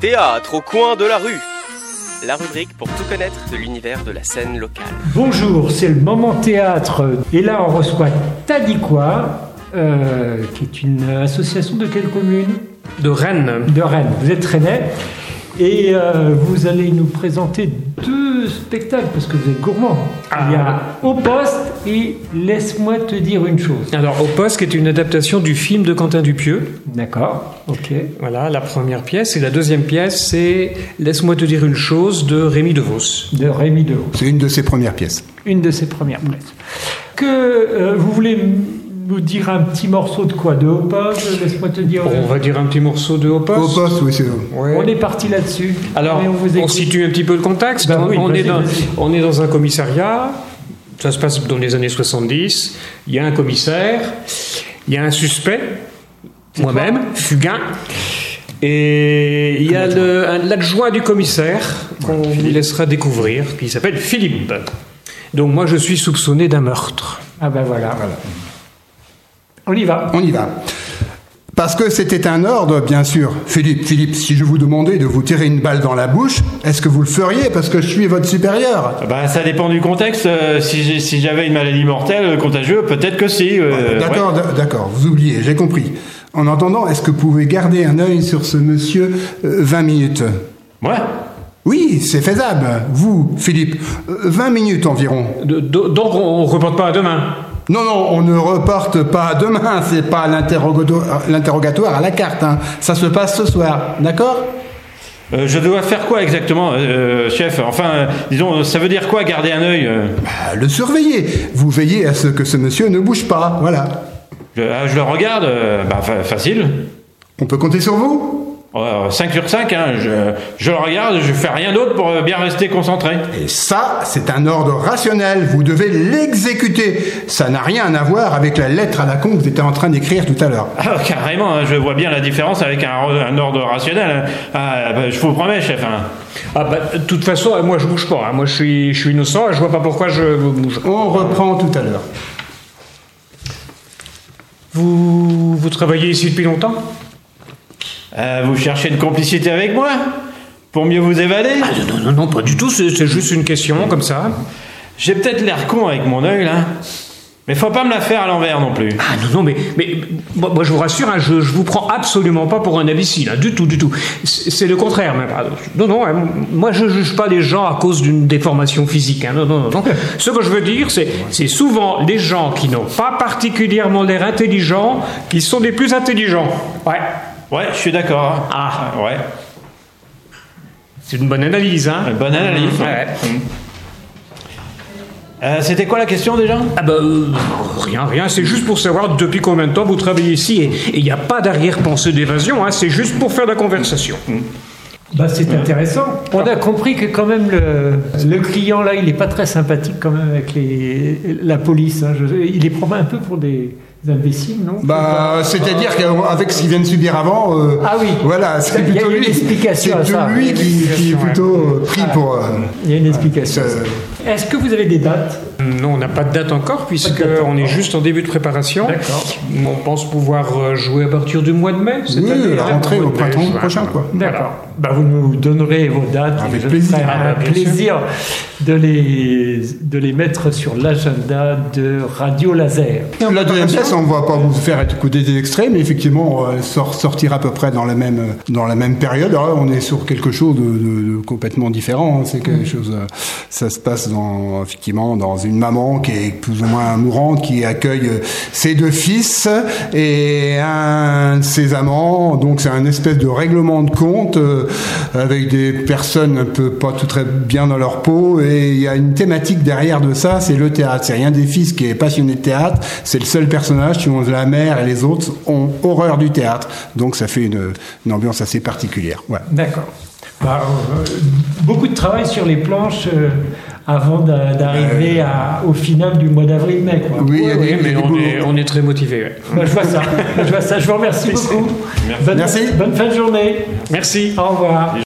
Théâtre au coin de la rue. La rubrique pour tout connaître de l'univers de la scène locale. Bonjour, c'est le moment théâtre. Et là, on reçoit Tadikwa, euh, qui est une association de quelle commune De Rennes. De Rennes. Vous êtes rennais. Et euh, vous allez nous présenter deux spectacles, parce que vous êtes gourmand. Ah. Il y a Au poste et Laisse-moi te dire une chose. Alors, Au poste, qui est une adaptation du film de Quentin Dupieux. D'accord, ok. Voilà, la première pièce. Et la deuxième pièce, c'est Laisse-moi te dire une chose de Rémi DeVos. De Rémi Devaux. C'est une de ses premières pièces. une de ses premières presses. Que euh, vous voulez m- nous dire un petit morceau de quoi De Hopov Laisse-moi te dire. On va dire un petit morceau de Au Au poste. poste, oui, c'est Ouais. On est parti là-dessus. Alors, Et on vous on, Ben écoute. situe un petit peu le contexte. Bah on, oui, on vas-y, est dans, vas-y. on est dans un commissariat. Ça se passe dans les années 70. Il y a un commissaire. Il y a un suspect. Moi-même, Fugain. Et il y a le- un- l'adjoint du commissaire qu'on vous laissera découvrir, qui s'appelle Philippe. Donc moi, je suis soupçonné d'un meurtre. Ah ben voilà. Voilà. On y va. On y va. Parce que c'était un ordre, bien sûr. Philippe, Philippe, si je vous demandais de vous tirer une balle dans la bouche, est-ce que vous le feriez parce que je suis votre supérieur Bah, ça dépend du contexte. euh, si j'ai- si j'avais une maladie mortelle, euh, contagieuse, peut-être que si. euh, ouais. D'accord, d- d'accord, vous oubliez, j'ai compris. En entendant, est-ce que vous pouvez garder un œil sur ce monsieur euh, 20 minutes Ouais. Oui, c'est faisable. Vous, Philippe, euh, 20 minutes environ. De- do- donc on ne reporte pas à demain. Non, non, on ne reporte pas demain, c'est pas l'interrogatoire l'interrogatoire à la carte, hein. ça se passe ce soir, d'accord Euh, je dois faire quoi exactement, euh, chef Enfin, euh, disons, ça veut dire quoi garder un œil euh Bah, Le surveiller, vous veillez à ce que ce monsieur ne bouge pas, voilà. je, ah, je le regarde euh, Bah, fa- facile. On peut compter sur vous 5 sur 5, hein, je, je le regarde, je fais rien d'autre pour euh, bien rester concentré. Et ça, c'est un ordre rationnel, vous devez l'exécuter. Ça n'a rien à voir avec la lettre à la con que vous étiez en train d'écrire tout à l'heure. Ah, carrément, hein, je vois bien la différence avec un, un ordre rationnel. hein. Ah, bah, je vous promets, chef. hein. Ah bah, de toute façon, moi je bouge pas. hein. Moi je suis, je suis innocent et je vois pas pourquoi je bouge. On reprend tout à l'heure. Vous, vous travaillez ici depuis longtemps Euh, vous cherchez une complicité avec moi Pour mieux vous évader Non, non, non, pas du tout, c'est c'est juste une question comme ça. J'ai peut-être l'air con avec mon œil là. Mais faut pas me la faire à l'envers non plus. Ah non, non, mais, mais moi, moi, je vous rassure, hein, je, je vous prends absolument pas pour un imbécile, hein, du tout, du tout. C'est c'est le contraire, même. Ah, Non, non, hein, moi je juge pas les gens à cause d'une déformation physique, hein, non, non, non, non. Ce que je veux dire, c'est c'est souvent les gens qui n'ont pas particulièrement l'air intelligents qui sont les plus intelligents. Ouais, Ouais, je suis d'accord. hein. Ah. ouais. c'est une bonne analyse, hein. Une bonne analyse. Ouais. Euh, C'était quoi la question déjà Ah bah, euh, rien, rien, c'est juste pour savoir depuis combien de temps vous travaillez ici et il n'y a pas d'arrière-pensée d'évasion, hein, c'est juste pour faire de la conversation. Bah, c'est intéressant. On a compris que quand même le, le client là, il n'est pas très sympathique quand même avec les, la police. hein. Je- il les prend un peu pour des imbéciles, non Bah, c'est-à-dire qu'avec ce qu'il vient de subir avant, euh, Ah oui. voilà, c'est Il y a plutôt une lui, explication c'est à plutôt ça. Il y a lui une qui, qui est explication, plutôt euh, pris pour. euh, Il y a une explication. euh, Est-ce que vous avez des dates Non, on n'a pas de date encore puisque Pas de date on est juste en début de préparation. D'accord. On pense pouvoir euh, jouer à partir du mois de mai cette oui, année. la hein, rentrée mois euh, au de mai, printemps juin. prochain, quoi. D'accord. Bah, vous nous donnerez vos dates. Avec et je plaisir. ferai Ah, un bah, bien sûr. plaisir de les, de les mettre sur l'agenda de Radio Laser. La deuxième pièce, on va pas vous faire écouter des extraits, mais effectivement, euh, elle sort, sortira à peu près dans la même, euh, dans la même période. Alors là, on est sur quelque chose de, de- de complètement différent. hein. C'est quelque chose, euh, ça se passe dans, effectivement, dans une maman qui est plus ou moins mourante, qui accueille euh, ses deux fils et un de ses amants. Donc c'est un espèce de règlement de compte euh, avec des personnes un peu pas tout très bien dans leur peau. Et il y a une thématique derrière de ça, c'est le théâtre. C'est rien des fils qui est passionné de théâtre. C'est le seul personnage dont la mère et les autres ont horreur du théâtre. Donc ça fait une, une ambiance assez particulière. Voilà. D'accord. Bah, euh, beaucoup de travail sur les planches euh, avant d'a- d'arriver Euh, à- au final du mois d'avril-mai. quoi. Oui, il y Ouais, a des- ouais, il y a mais des on beaux est, moments. on est très motivé. Bah, je vois ça. je vois ça. Je vous remercie beaucoup. Bonne, Merci. Bonne fin de journée. Merci. Au revoir.